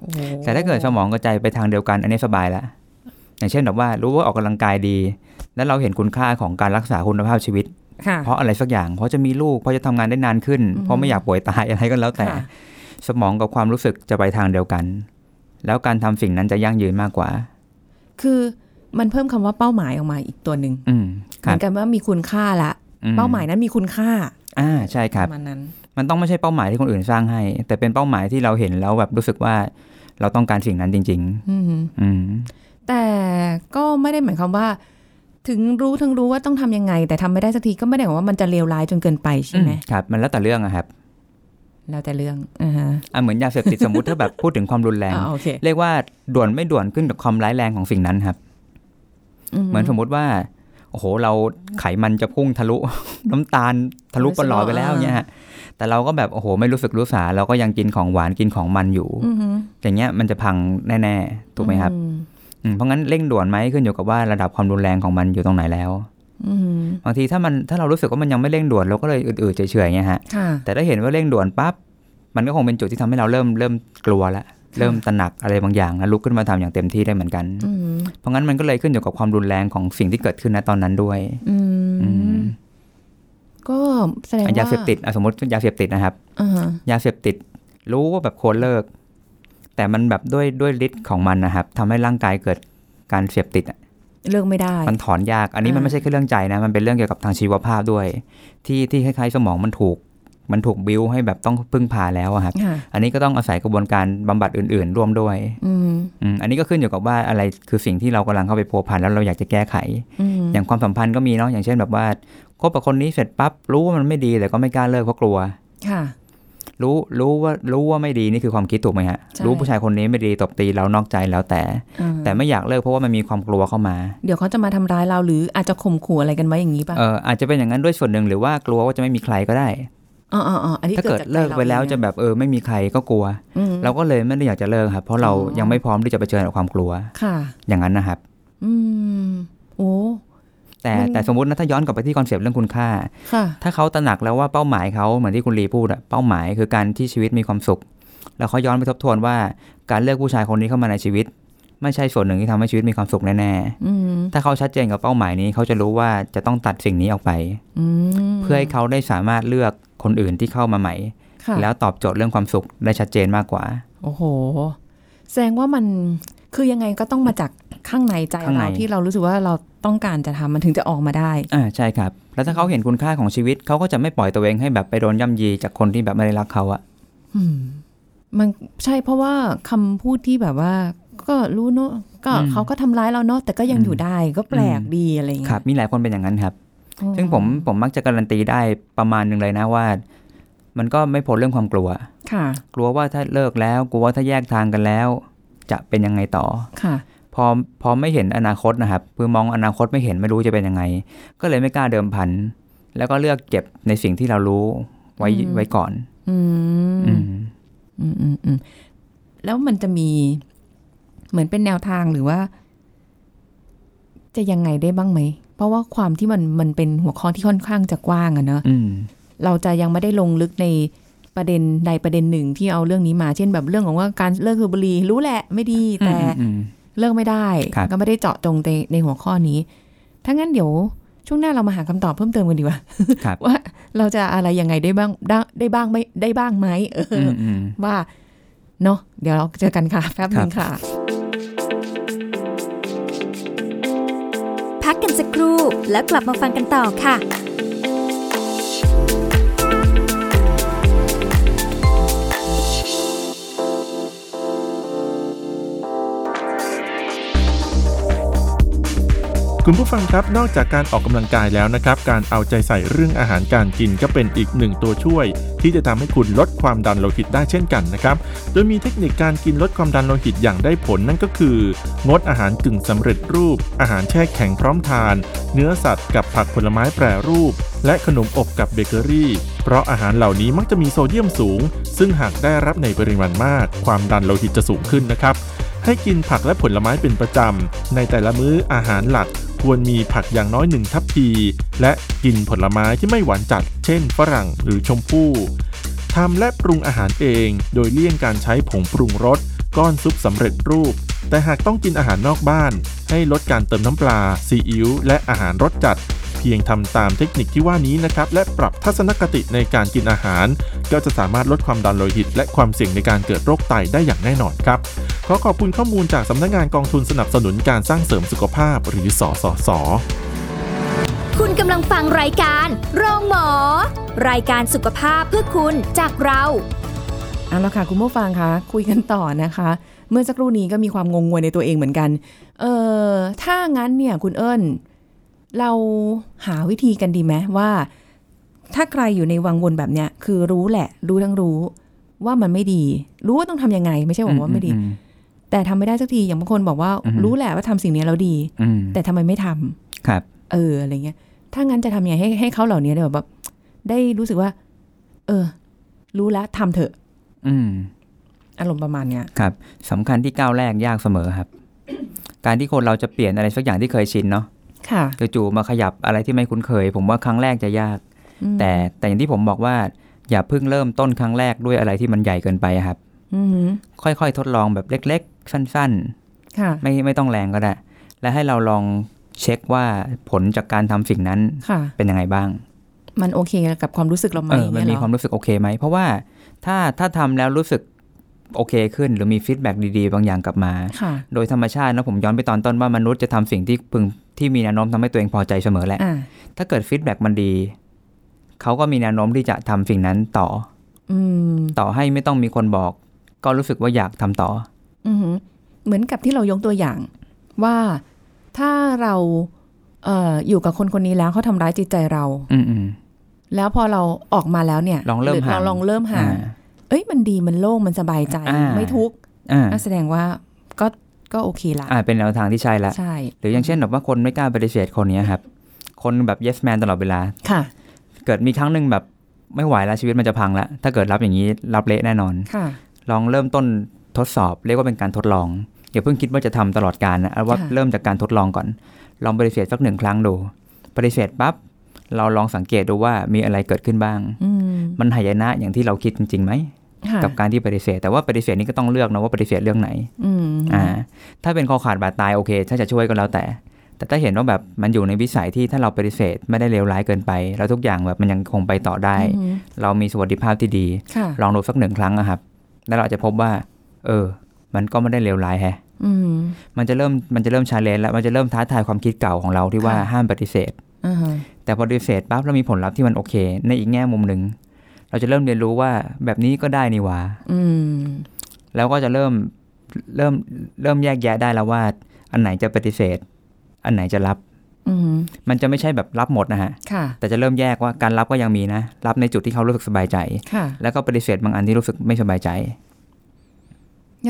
Speaker 2: โอ้โห
Speaker 3: แต่ถ้าเกิดสมองกับใจไปทางเดียวกัน อันนี้สบายละ อย่างเช่นแบบว่ารู้ว่าออกกำลังกายดี แล้วเราเห็นคุณค่าของการรักษาคุณภาพชีวิต
Speaker 2: ค่ะ
Speaker 3: เพราะอะไรสักอย่าง เพราะจะมีลูก เพราะจะทำงานได้นานขึ้น
Speaker 2: อืม
Speaker 3: เพราะไม่อยากป่วยตายอะไรก็แล้วแต่
Speaker 2: ค่ะ
Speaker 3: สมองกับความรู้สึกจะไปทางเดียวกัน แล้วการทำสิ่งนั้นจะยั่งยืนมากกว่า
Speaker 2: คือมันเพิ่มคำว่าเป้าหมายออกมาอีกตัวหนึ่ง
Speaker 3: อืม
Speaker 2: เห
Speaker 3: ครั
Speaker 2: มือน
Speaker 3: บ
Speaker 2: กันว่ามีคุณค่าละ
Speaker 3: อื
Speaker 2: เป้าหมายนั้นมีคุณค่า
Speaker 3: อ่า ใช่ค
Speaker 2: ป
Speaker 3: รับ
Speaker 2: ระมาณนั้น
Speaker 3: มันต้องไม่ใช่เป้าหมายที่คนอื่นสร้างให้ แต่เป็นเป้าหมายที่เราเห็นแล้วแบบรู้สึกว่า เราต้องการสิ่งนั้นจริง
Speaker 2: อือหือ
Speaker 3: ๆ อืม
Speaker 2: แต่ก็ไม่ได้หมายความว่า ถึงรู้ทั้งรู้ว่าต้องทำยังไง แต่ทำไม่ได้สักทีก็ไม่ได้หมายความว่ามันจะเลวร้ายจนเกินไปใช่ไหม
Speaker 3: อืมครับมันแล้วแต่เรื่องอะครับ
Speaker 2: แล้วแต่เรื่องอ่าฮะ
Speaker 3: อ่ะเหมือนยาเสพติด สมมติถ้าแบบพูดถึงความรุนแรง
Speaker 2: อ่าโอเค
Speaker 3: เรียกว่าด่วนไม่ด่วนขึ้นกับความร้ายแรงของสิ่งนั้นครับ เหมือนสมมติว่าโอ้โหเราไขมันจะพุ่งทะลุ <laughs> น้ำตาลทะลุปลอดไปแล้วเนี่ยฮะแต่เราก็แบบโอ้โหไม่รู้สึกรู้สาเราก็ยังกินของหวานกินของมันอยู่
Speaker 2: อือฮึ
Speaker 3: อย่างเงี้ยมันจะพังแน่ๆถูกไหมครับ
Speaker 2: อื
Speaker 3: อืมเพราะงั้นเร่งด่วนไหมขึ้นอยู่กับว่าระดับความรุนแรงของมันอยู่ตรงไหนแล้ว
Speaker 2: อืม
Speaker 3: บางทีถ้ามันถ้าเรารู้สึกว่ามันยังไม่เร่งด่วนเราก็เลยอืดๆเฉยๆเงี้ยฮะ
Speaker 2: ค่ะ
Speaker 3: แต่ถ้าเห็นว่าเร่งด่วนปั๊บมันก็คงเป็นจุดที่ทำให้เราเริ่มเริ่มกลัวละเริ่มตระหนักอะไรบางอย่างแล้วลุกขึ้นมาทำอย่างเต็มที่ได้เหมือนกัน
Speaker 2: อืม
Speaker 3: เพราะงั้นมันก็เลยขึ้นอยู่กับความรุนแรงของสิ่งที่เกิดขึ้นนะตอนนั้นด้วย
Speaker 2: อื
Speaker 3: อื
Speaker 2: ม
Speaker 3: ม
Speaker 2: ก็แสดง
Speaker 3: อ่ะ
Speaker 2: ว่าย
Speaker 3: ยาเสพติดอ่ะสมมติยาเสพติดนะครับ
Speaker 2: อ่าฮะ
Speaker 3: ยาเสพติด รู้ว่าแบบควรเลิก แต่มันแบบด้วยด้วยฤทธิ์ของมันนะครับทำให้ร่างกายเกิดการเสพติดอ่ะ
Speaker 2: เลิกไม่ได้
Speaker 3: มันถอนยาก อันนี้มัน
Speaker 2: อ่า
Speaker 3: ไม่ใช่แค่เรื่องใจนะ มันเป็นเรื่องเกี่ยวกับทางชีวภาพด้วย ที่ที่คล้ายๆ สมองมันถูก มันถูกบิ้วให้แบบต้องพึ่งพาแล้วอะครับ
Speaker 2: ค่ะ
Speaker 3: อันนี้ก็ต้องอาศัยกระบวนการบำบัดอื่น ๆ ร่วมด้วย
Speaker 2: อืม
Speaker 3: อืมอันนี้ก็ขึ้นอยู่กับว่าอะไรคือสิ่งที่เรากำลังเข้าไปพัวพันแล้วเราอยากจะแก้ไข
Speaker 2: อืม
Speaker 3: อย่างความสัมพันธ์ก็มีเนาะอย่างเช่นแบบว่าคบกับคนนี้เสร็จปั๊บรู้ว่ามันไม่ดีแต่ก็ไม่กล้าเลิกเพราะกลัว
Speaker 2: ค่ะ
Speaker 3: รู้รู้ว่ารู้ว่าไม่ดีนี่คือความคิดถูกไหมฮะ
Speaker 2: ใช่
Speaker 3: รู้ผู้ชายคนนี้ไม่ดีตบตีเรานอกใจแล้วแต่
Speaker 2: อ่า
Speaker 3: แต่ไม่อยากเลิกเพราะว่ามันมีความกลัวเข้ามา
Speaker 2: เดี๋ยวเขาจะมาทำร้ายเราหรืออาจจะข่มขู่อะไรกันไว้อย่างนี้ป่ะ
Speaker 3: เอออาจจะเป็นอย่างนั้นด้วยส่วนหนึ่งหรือว่ากลัวว่าจะไม่มีใครก็ได้
Speaker 2: อ๋ออ๋ออ๋ออันนี้
Speaker 3: ถ้าเกิด
Speaker 2: จใจ
Speaker 3: เลิกไปแล้วจะแบบเออไม่มีใครก็กลัว
Speaker 2: อืม
Speaker 3: เราก็เลยไม่ได้อยากจะเลิกครับเพราะเรา
Speaker 2: อ๋อ
Speaker 3: ยังไม่พร้อมที่จะเผชิญกับความกลัว
Speaker 2: ค่ะ
Speaker 3: อย่างนั้นนะครับ
Speaker 2: อืมโอ้
Speaker 3: แต่
Speaker 2: มัน
Speaker 3: แต่สมมตินะถ้าย้อนกลับไปที่คอนเซปต์เรื่องคุณค่า
Speaker 2: ค่ะ
Speaker 3: ถ้าเขาตระหนักแล้วว่าเป้าหมายเขาเหมือนที่คุณลีพูดอะเป้าหมายคือการที่ชีวิตมีความสุข แล้วเขาย้อนไปทบทวนว่าการเลือกผู้ชายคนนี้เข้ามาในชีวิต ไม่ใช่ส่วนหนึ่งที่ทำให้ชีวิตมีความสุขแน่
Speaker 2: อืม
Speaker 3: ๆถ้าเขาชัดเจนกับเป้าหมายนี้เขาจะรู้ว่าจะต้องตัดสิ่งนี้ออกไป
Speaker 2: อืม
Speaker 3: เพื่อให้เขาได้สามารถเลือกคนอื่นที่เข้ามาใหม่
Speaker 2: ค่ะ
Speaker 3: แล้วตอบโจทย์เรื่องความสุขได้ชัดเจนมากกว่า
Speaker 2: โอ้โห แสดงว่ามันคือยังไงก็ต้องมาจากข้างในใจ
Speaker 3: ข้างใน
Speaker 2: เราที่เรารู้สึกว่าเราต้องการจะทำมันถึงจะออกมาได้
Speaker 3: อ่าใช่ครับ แล้วถ้าเขาเห็นคุณค่าของชีวิตเขาก็จะไม่ปล่อยตัวเองให้แบบไปโดนย่ำยีจากคนที่แบบไม่ได้รักเขาอะ
Speaker 2: อืมมันใช่เพราะว่าคำพูดที่แบบว่า ก็รู้เนอะก็เขาก็ทำร้ายเราเนอะแต่ก็ยังอยู่ได้ก็แปลกดีอะไรอย่าง
Speaker 3: ค
Speaker 2: เงี้ย
Speaker 3: รับมีหลายคนเป็นอย่างนั้นครับ
Speaker 2: อื
Speaker 3: ซึ่งผมผมมักจะการันตีได้ประมาณหนึ่งเลยนะว่า มันก็ไม่พ้นเรื่องความกลัว
Speaker 2: ค่ะ
Speaker 3: กลัวว่าถ้าเลิกแล้ว กลัวว่าถ้าแยกทางกันแล้ว จะเป็นยังไงต่อ
Speaker 2: ค่ะ
Speaker 3: พอพอไม่เห็นอนาคตนะครับคือมองอนาคตไม่เห็นไม่รู้จะเป็นยังไง ก็เลยไม่กล้าเดิมพัน แล้วก็เลือกเก็บในสิ่งที่เรารู้ไว้
Speaker 2: อืม
Speaker 3: ไว้ก่อน
Speaker 2: อืม
Speaker 3: อืม
Speaker 2: อืมอืมอืมแล้วมันจะมี เหมือนเป็นแนวทางหรือว่า จะยังไงได้บ้างไหม เพราะว่าความที่มันมันเป็นหัวข้อที่ค่อนข้างจะกว้างอะเนอะ
Speaker 3: อืม
Speaker 2: เราจะยังไม่ได้ลงลึกในประเด็นใดประเด็นหนึ่งที่เอาเรื่องนี้มา เช่นแบบเรื่องของว่าการเลิกสูบบุหรี่รู้แหละไม่ดีแต่
Speaker 3: อืมอืม
Speaker 2: เลิกไม่ได้
Speaker 3: ครับ
Speaker 2: ก็ไม่ได้เจาะจงในในหัวข้อนี้ ถ้างั้นเดี๋ยวช่วงหน้าเรามาหาคำตอบเพิ่มเติมกันดีกว่า
Speaker 3: ครับ
Speaker 2: <laughs> ว่าเราจะอะไรยังไงได้บ้างได้ได้บ้างไม่ได้บ้างไหมเออ
Speaker 3: อื
Speaker 2: อ
Speaker 3: มอืม
Speaker 2: ว่าเนาะเดี๋ยวเราเจอกันค่ะแป๊บหนึงค่ะ
Speaker 1: พักกันสักครู่แล้วกลับมาฟังกันต่อค่ะ
Speaker 4: คุณผู้ฟังครับนอกจากการออกกำลังกายแล้วนะครับ การเอาใจใส่เรื่องอาหารการกินก็เป็นอีกหนึ่งตัวช่วย ที่จะทำให้คุณลดความดันโลหิตได้เช่นกันนะครับ โดยมีเทคนิคการกินลดความดันโลหิตอย่างได้ผลนั่นก็คือ งดอาหารกึ่งสำเร็จรูป อาหารแช่แข็งพร้อมทาน เนื้อสัตว์กับผักผลไม้แปรรูป และขนมอบกับเบเกอรี่ เพราะอาหารเหล่านี้มักจะมีโซเดียมสูง ซึ่งหากได้รับในปริมาณมาก ความดันโลหิตจะสูงขึ้นนะครับ ให้กินผักและผลไม้เป็นประจำ ในแต่ละมื้ออาหารหลัก ควรมีผักอย่างน้อยหนึ่งทัพพี และกินผลไม้ที่ไม่หวานจัด เช่น ฝรั่งหรือชมพู่ทำและปรุงอาหารเอง โดยเลี่ยงการใช้ผงปรุงรส ก้อนซุปสำเร็จรูป แต่หากต้องกินอาหารนอกบ้าน ให้ลดการเติมน้ำปลา ซีอิ๊ว และอาหารรสจัด เพียงทำตามเทคนิคที่ว่านี้นะครับ และปรับทัศนคติในการกินอาหาร ก็จะสามารถลดความดันโลหิต และความเสี่ยงในการเกิดโรคไตได้อย่างแน่นอนครับ ขอขอบคุณข้อมูลจากสำนักงานกองทุนสนับสนุนการสร้างเสริมสุขภาพ หรือสสส
Speaker 1: คุณกำลังฟังรายการโรงหมอ รายการสุขภาพเพื่อคุณจากเรา
Speaker 2: เอาละค่ะคุณผู้ฟังคะคุยกันต่อนะคะ เมื่อสักครู่นี้ก็มีความงงงวยในตัวเองเหมือนกัน เออถ้างั้นเนี่ยคุณเอิญ เราหาวิธีกันดีไหมว่า ถ้าใครอยู่ในวังวนแบบเนี้ยคือรู้แหละ รู้ทั้งรู้ว่ามันไม่ดี รู้ว่าต้องทำยังไง ไม่ใช่บอกว่าไม่ดี
Speaker 3: อือื
Speaker 2: แต่ทำไม่ได้สักทีอย่างบางคนบอกว่า
Speaker 3: อือฮึ
Speaker 2: รู้แหละว่าทำสิ่งนี้แล้วดี
Speaker 3: อืม
Speaker 2: แต่ทำไมไม่ทำ
Speaker 3: ครับ
Speaker 2: เอออะไรเงี้ย ถ้างั้นจะทำยังไงให้ให้เขาเหล่านี้เนี่ยแบบว่าได้รู้สึกว่า เออ รู้แล้วทำเถอะ
Speaker 3: อืม
Speaker 2: อารมณ์ประมาณเนี้ย
Speaker 3: ครับสำคัญที่ก้าวแรกยากเสมอครับ <coughs> การที่คนเราจะเปลี่ยนอะไรสักอย่างที่เคยชินเนาะ
Speaker 2: ค่ะ
Speaker 3: จู่ๆมาขยับอะไรที่ไม่คุ้นเคย ผมว่าครั้งแรกจะยาก
Speaker 2: อืม
Speaker 3: แต่แต่อย่างที่ผมบอกว่าอย่าเพิ่งเริ่มต้นครั้งแรกด้วยอะไรที่มันใหญ่เกินไปอะครับ
Speaker 2: อือฮึ
Speaker 3: ค่อยๆ ทดลองแบบเล็ก ๆ สั้น
Speaker 2: ค่ะ
Speaker 3: ๆ ไม่ไม่ต้องแรงก็ได้ และให้เราลองเช็คว่าผลจากการทำสิ่งนั้น
Speaker 2: ค่ะ
Speaker 3: เป็นยังไงบ้าง
Speaker 2: มันโอเคกับความรู้สึกเราไหม
Speaker 3: เออมันมี
Speaker 2: เยเหรอ
Speaker 3: ความรู้สึกโอเคไหมเพราะว่าถ้าถ้าทำแล้วรู้สึกโอเคขึ้น หรือมีฟีดแบ็ดีๆ บางอย่างกลับมา
Speaker 2: ค่ะ
Speaker 3: โดยธรรมชาตินะผมย้อนไปตอนต้นว่ามนุษย์จะทำสิ่งที่พึงที่มีแนวโน้มทำให้ตัวเองพอใจเสมอแหละ
Speaker 2: อ่า
Speaker 3: ถ้าเกิดฟีดแบ็กมันดี เขาก็มีแนวโน้มที่จะทำสิ่งนั้นต่อ
Speaker 2: อืม
Speaker 3: ต่อให้ไม่ต้องมีคนบอก ก็รู้สึกว่าอยากทำต่อ
Speaker 2: อือหือเหมือนกับที่เรายกตัวอย่างว่าถ้าเราเอ่ออยู่กับคนคนนี้แล้วเขาทำร้ายจิตใจเรา
Speaker 3: อืมอืม
Speaker 2: แล้วพอเราออกมาแล้วเนี่ย
Speaker 3: ลองเริ่ม
Speaker 2: ห
Speaker 3: ห่าง
Speaker 2: ลองเริ่มห่าง
Speaker 3: อ่า
Speaker 2: เอ้ยมันดีมันโล่งมันสบายใจ
Speaker 3: อ่า
Speaker 2: ไม่ทุกข์
Speaker 3: อ่า
Speaker 2: นั่นแสดงว่าก็ก็โอเคละ
Speaker 3: อ่าเป็นแนวทางที่ใช่ละ
Speaker 2: ใช่
Speaker 3: หรืออย่างเช่นแบบว่าคนไม่กล้าปฏิเสธคนเนี้ยครับ คนแบบ yes man ตลอดเวลา
Speaker 2: ค่ะ
Speaker 3: เกิดมีครั้งหนึ่งแบบไม่ไหวแล้วชีวิตมันจะพังละถ้าเกิดรับอย่างนี้รับเละแน่นอน
Speaker 2: ค่ะ
Speaker 3: ลองเริ่มต้นทดสอบ เรียกว่าเป็นการทดลองอย่าเพิ่งคิดว่าจะทำตลอดการนะเอาว่า
Speaker 2: ค่ะ
Speaker 3: เริ่มจากการทดลองก่อน ลองปฏิเสธสักหนึ่งครั้งดูปฏิเสธปั๊บเราลองสังเกตดูว่ามีอะไรเกิดขึ้นบ้าง
Speaker 2: อืม
Speaker 3: มันหายนะอย่างที่เราคิดจริงๆไหม
Speaker 2: ค่ะ
Speaker 3: กับการที่ปฏิเสธ แต่ว่าปฏิเสธนี้ก็ต้องเลือกนะว่าปฏิเสธเรื่องไหน
Speaker 2: อืม
Speaker 3: อ่าถ้าเป็นคอขาดบาดตายโอเค ถ้าจะช่วยก็แล้วแต่ แต่ถ้าเห็นว่าแบบมันอยู่ในวิสัยที่ถ้าเราปฏิเสธไม่ได้เลวร้ายเกินไป แล้วทุกอย่างแบบมันยังคงไปต่อได้
Speaker 2: อืม
Speaker 3: เรามีสวัสดิภาพที่ดี
Speaker 2: ค่ะ
Speaker 3: ลองดูสักหนึ่งครั้งนะครับ แล้วเราอาจจะพบว่า เออ มันก็ไม่ได้เลวร้ายแฮะ
Speaker 2: อืม
Speaker 3: มันจะเริ่ม มันจะเริ่มชาเลนแล้ว มันจะเริ่มท้าทายความคิดเก่าของเราที่ว่า
Speaker 2: ค่ะ
Speaker 3: ห้ามปฏิเสธ
Speaker 2: อ่าฮะ
Speaker 3: แต่พอปฏิเสธปั๊บเรามีผลลัพธ์ที่มันโอเค ในอีกแง่มุมหนึ่ง เราจะเริ่มเรียนรู้ว่าแบบนี้ก็ได้นี่หว่า
Speaker 2: อืม
Speaker 3: แล้วก็จะเริ่ม เริ่ม เริ่มแยกแยะได้แล้วว่า อันไหนจะปฏิเสธ อันไหนจะรับ
Speaker 2: อืม
Speaker 3: มันจะไม่ใช่แบบรับหมดนะฮะ
Speaker 2: ค่ะ
Speaker 3: แต่จะเริ่มแยกว่าการรับก็ยังมีนะ รับในจุดที่เขารู้สึกสบายใจ
Speaker 2: ค่ะ
Speaker 3: แล้วก็ปฏิเสธบางอันที่รู้สึกไม่สบายใจ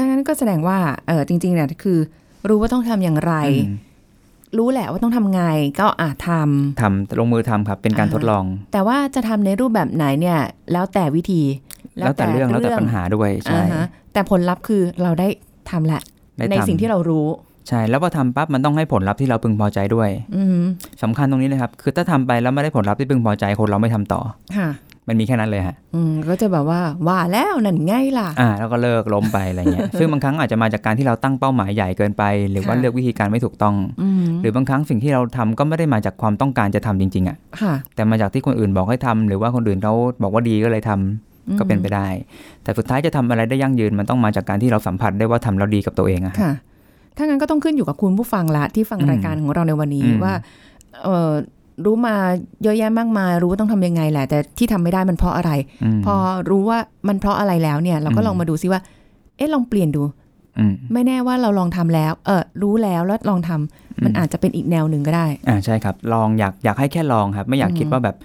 Speaker 2: งั้นก็แสดงว่าเออจริงๆเนี่ยคือ รู้ว่าต้องทำอย่างไร
Speaker 3: อืม
Speaker 2: รู้แหละว่าต้องทำไงก็อาจทำ
Speaker 3: ทำลงมือทำครับ เป็นการ
Speaker 2: อ่า
Speaker 3: ทดลอง
Speaker 2: แต่ว่าจะทำในรูปแบบไหนเนี่ย แล้วแต่วิธี
Speaker 3: แล้วแต่เรื่องแล้วแต่ปัญหาด้วยใช่
Speaker 2: อ่าฮะแต่ผลลัพธ์คือเราได้ทำแหละ
Speaker 3: ได้
Speaker 2: ใน
Speaker 3: ทำ
Speaker 2: สิ่งที่เรารู้
Speaker 3: ใช่แล้วพอทำปั๊บมันต้องให้ผลลัพธ์ที่เราพึงพอใจด้วย
Speaker 2: อืม
Speaker 3: สำคัญตรงนี้เลยครับ คือถ้าทำไปแล้วไม่ได้ผลลัพธ์ที่พึงพอใจคนเราไม่ทำต่อ
Speaker 2: ค่ะ
Speaker 3: มันมีแค่นั้นเลยฮะ
Speaker 2: อืมก็จะแบบว่าว่าแล้วนั่นไงล่ะ
Speaker 3: อ่าแล้วก็เลิกล้มไปอะไรเงี้ย ซึ่งบางครั้งอาจจะมาจากการที่เราตั้งเป้าหมายใหญ่เกินไป หรือว่า
Speaker 2: ค่ะ
Speaker 3: เลือกวิธีการไม่ถูกต้อง
Speaker 2: อืม
Speaker 3: หรือบางครั้งสิ่งที่เราทำก็ไม่ได้มาจากความต้องการจะทำจริงๆอ่ะ
Speaker 2: ค่ะ
Speaker 3: แต่มาจากที่คนอื่นบอกให้ทำหรือว่าคนอื่นเขาบอกว่าดีก็เลยทำก็เป็นไปได้ แต่สุดท้ายจะทำอะไรได้ยั่งยืนมันต้องมาจากการที่เราสัมผัสได้ว่าทำแล้วดีกับตัวเองอะฮะ
Speaker 2: ค่ะ ถ้างั้นก็ต้องขึ้นอยู่กับคุณผู้ฟังละที่ฟัง
Speaker 3: อืม
Speaker 2: รายการของเราในวันนี้
Speaker 3: อืม
Speaker 2: ว่าเออรู้มาเยอะแยะมากมายรู้ว่าต้องทำยังไงแหละ แต่ที่ทำไม่ได้มันเพราะอะไร
Speaker 3: ม
Speaker 2: พอรู้ว่ามันเพราะอะไรแล้วเนี่ย เราก็
Speaker 3: อืม
Speaker 2: ลองมาดูซิว่า เอ๊ะลองเปลี่ยนดู
Speaker 3: อืม
Speaker 2: ไม่แน่ว่าเราลองทำแล้ว เออรู้แล้วแล้วลองทำมันอาจจะเป็นอีกแนวหนึ่งก็ได้
Speaker 3: อ่าใช่ครับลองอยากอยากให้แค่ลองครับ ไม่อยากคิด
Speaker 2: อืม
Speaker 3: ว่าแบบ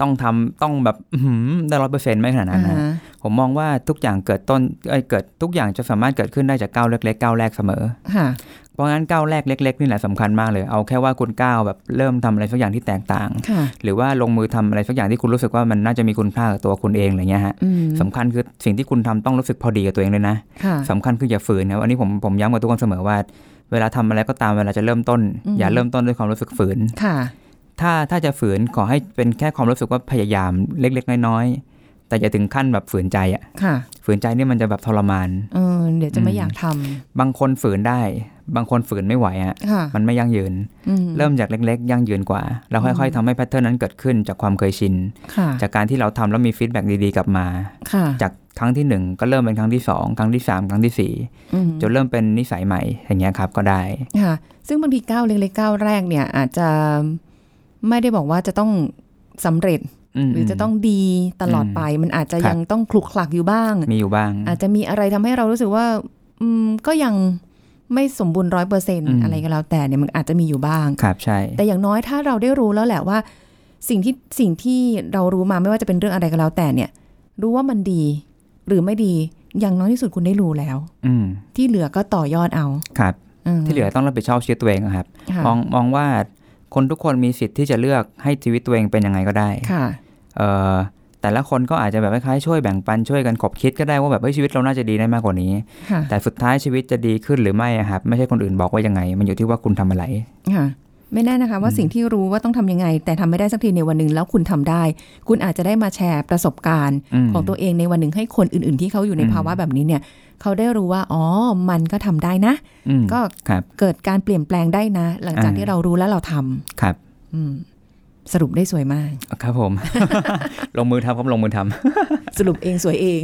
Speaker 3: ต้องทำต้องแบบอื้อหือได้ร้อยเปอร์เซ็นต์ไม่ขนาดนั้น
Speaker 2: อ่า
Speaker 3: นะ
Speaker 2: ฮะ
Speaker 3: ผมมองว่าทุกอย่างเกิดต้นเอ้ยเกิดทุกอย่างจะสามารถเกิดขึ้นได้จากก้าวเล็กๆก้าวแรกเสมอ
Speaker 2: ค่ะ
Speaker 3: เพราะงั้นก้าวแรกเล็ก ๆ นี่แหละสำคัญมากเลย เอาแค่ว่าคุณก้าวแบบเริ่มทำอะไรสักอย่างที่แตกต่าง
Speaker 2: ค่ะ
Speaker 3: หรือว่าลงมือทำอะไรสักอย่างที่คุณรู้สึกว่ามันน่าจะมีคุณค่ากับตัวคุณเองอะไรเงี้ยฮะ
Speaker 2: อืม
Speaker 3: สำคัญคือสิ่งที่คุณทำต้องรู้สึกพอดีกับตัวเองเลยนะ
Speaker 2: ค่ะ
Speaker 3: สำคัญคืออย่าฝืนครับอันนี้ผมผมย้ำกับทุกคนเสมอว่า เวลาทำอะไรก็ตามเวลาจะเริ่มต้น
Speaker 2: อืม
Speaker 3: อย่าเริ่มต้นด้วยความรู้สึกฝืน
Speaker 2: ค่ะ
Speaker 3: ถ้าถ้าจะฝืนขอให้เป็นแค่ความรู้สึกว่าพยายามเล็ก ๆ น้อยๆ แต่อย่าถึงขั้นแบบฝืนใจอะ
Speaker 2: ค่ะ
Speaker 3: ฝืนใจนี่มันจะแบบทรมาน
Speaker 2: เออเดี๋ยวจะไม่
Speaker 3: อืม
Speaker 2: อยากทำ
Speaker 3: บางคนฝืนได้ บางคนฝืนไม่ไหวอะ
Speaker 2: ค่ะ
Speaker 3: มันไม่ยั่งยืน
Speaker 2: อืม
Speaker 3: เริ่มจากเล็ก ๆ ยั่งยืนกว่า แล้วค่อยๆทำให้แพทเทิร์นนั้นเกิดขึ้นจากความเคยชิน
Speaker 2: ค่ะ
Speaker 3: จากการที่เราทำแล้วมีฟีดแบ็กดีๆกลับมา
Speaker 2: ค่ะ
Speaker 3: จากครั้งที่ 1 ก็เริ่มเป็นครั้งที่สองครั้งที่สามครั้งที่สี่
Speaker 2: อืม
Speaker 3: จนเริ่มเป็นนิสัยใหม่อย่างเงี้ยครับก็ได้
Speaker 2: ค่ะ ซึ่งบางทีก้าวเล็กๆก้าวแรกเนี่ย อาจจะไม่ได้บอกว่าจะต้องสำเร็จหรือจะต้องดีตลอดไป มันอาจจะ
Speaker 3: ครับ
Speaker 2: ยังต้องคลุกคลักอยู่บ้าง
Speaker 3: มีอยู่บ้าง
Speaker 2: อาจจะมีอะไรทำให้เรารู้สึกว่า อืมก็ยัง ไม่สมบูรณ์ร้อยเปอร์เซ็นต์
Speaker 3: ม
Speaker 2: อะไรก็แล้วแต่เนี่ยมันอาจจะมีอยู่บ้าง
Speaker 3: ครับใช่
Speaker 2: แต่อย่างน้อยถ้าเราได้รู้แล้วแหละว่า สิ่งที่สิ่งที่เรารู้มาไม่ว่าจะเป็นเรื่องอะไรก็แล้วแต่เนี่ย รู้ว่ามันดี หรือไม่ดีอย่างน้อยที่สุดคุณได้รู้แล้ว
Speaker 3: อืม
Speaker 2: ที่เหลือก็ต่อยอดเอา
Speaker 3: ครับ
Speaker 2: ม
Speaker 3: ที่เหลือต้องรับผิดชอบชีวิตตัวเองอะครับ
Speaker 2: ค่ะ
Speaker 3: มองมองว่าคนทุกคนมีสิทธิ์ที่จะเลือกให้ชีวิตตัวเองเป็นยังไงก็ได้
Speaker 2: ค่ะ
Speaker 3: เอ่อแต่ละคนก็อาจจะแบบคล้ายๆช่วยแบ่งปันช่วยกันขบคิดก็ได้ว่าแบบเฮ้ยชีวิตเราน่าจะดีได้มากกว่านี้
Speaker 2: ค่ะ
Speaker 3: แต่สุดท้ายชีวิตจะดีขึ้นหรือไม่อะครับไม่ใช่คนอื่นบอกว่ายังไง มันอยู่ที่ว่าคุณทำอะไร
Speaker 2: ค่ะ ไม่แน่นะคะ ว่า
Speaker 3: อืม
Speaker 2: สิ่งที่รู้ว่าต้องทำยังไง แต่ทำไม่ได้สักทีในวันหนึ่งแล้วคุณทำได้ คุณอาจจะได้มาแชร์ประสบการณ์
Speaker 3: ม
Speaker 2: ของตัวเองในวันหนึ่งให้คนอื่น ๆ ที่เขาอยู่ใน
Speaker 3: อืม
Speaker 2: ภาวะแบบนี้เนี่ย เขาได้รู้ว่าอ๋อมันก็ทำได้นะ
Speaker 3: อืม
Speaker 2: ก็
Speaker 3: ครับ
Speaker 2: เกิดการเปลี่ยนแปลงได้นะ หลังจาก
Speaker 3: อ่า
Speaker 2: ที่เรารู้แล้วเราทำ
Speaker 3: ครับ
Speaker 2: อืม สรุปได้สวยมาก
Speaker 3: ครับ
Speaker 2: <laughs>
Speaker 3: ผม <laughs> ลงมือทำครับลงมือทำ
Speaker 2: สรุปเองสวยเอง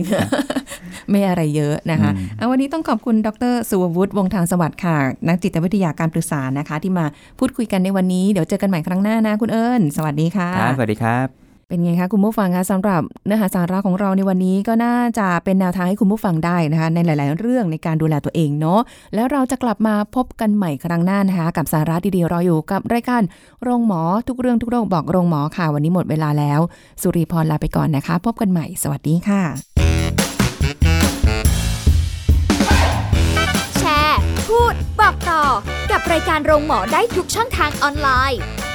Speaker 2: <laughs> ไม่อะไรเยอะนะคะ
Speaker 3: อืม
Speaker 2: เอาวันนี้ต้องขอบคุณดรสุววุฒิวงศ์ทางสวัสดิ์ค่ะ นักจิตวิทยาการปรึกษานะคะ ที่มาพูดคุยกันในวันนี้เดี๋ยวเจอกันใหม่ครั้งหน้านะคุณเอิญสวัสดีค่ะ
Speaker 3: ครับสวัสดีครับ
Speaker 2: เป็นไงคะคุณผู้ฟังคะสำหรับเนื้อหาสาระของเราในวันนี้ก็น่าจะเป็นแนวทางให้คุณผู้ฟังได้นะคะ ในหลาย ๆ เรื่องในการดูแลตัวเองเนาะแล้วเราจะกลับมาพบกันใหม่ครั้งหน้านะคะ กับสาระดีๆรออยู่กับรายการโรงหมอทุกเรื่องทุกโรคบอกโรงหมอค่ะ วันนี้หมดเวลาแล้ว สุริพรลาไปก่อนนะคะ พบกันใหม่สวัสดีค่ะ
Speaker 1: แชร์ พูด บอกต่อ กับรายการโรงหมอได้ทุกช่องทางออนไลน์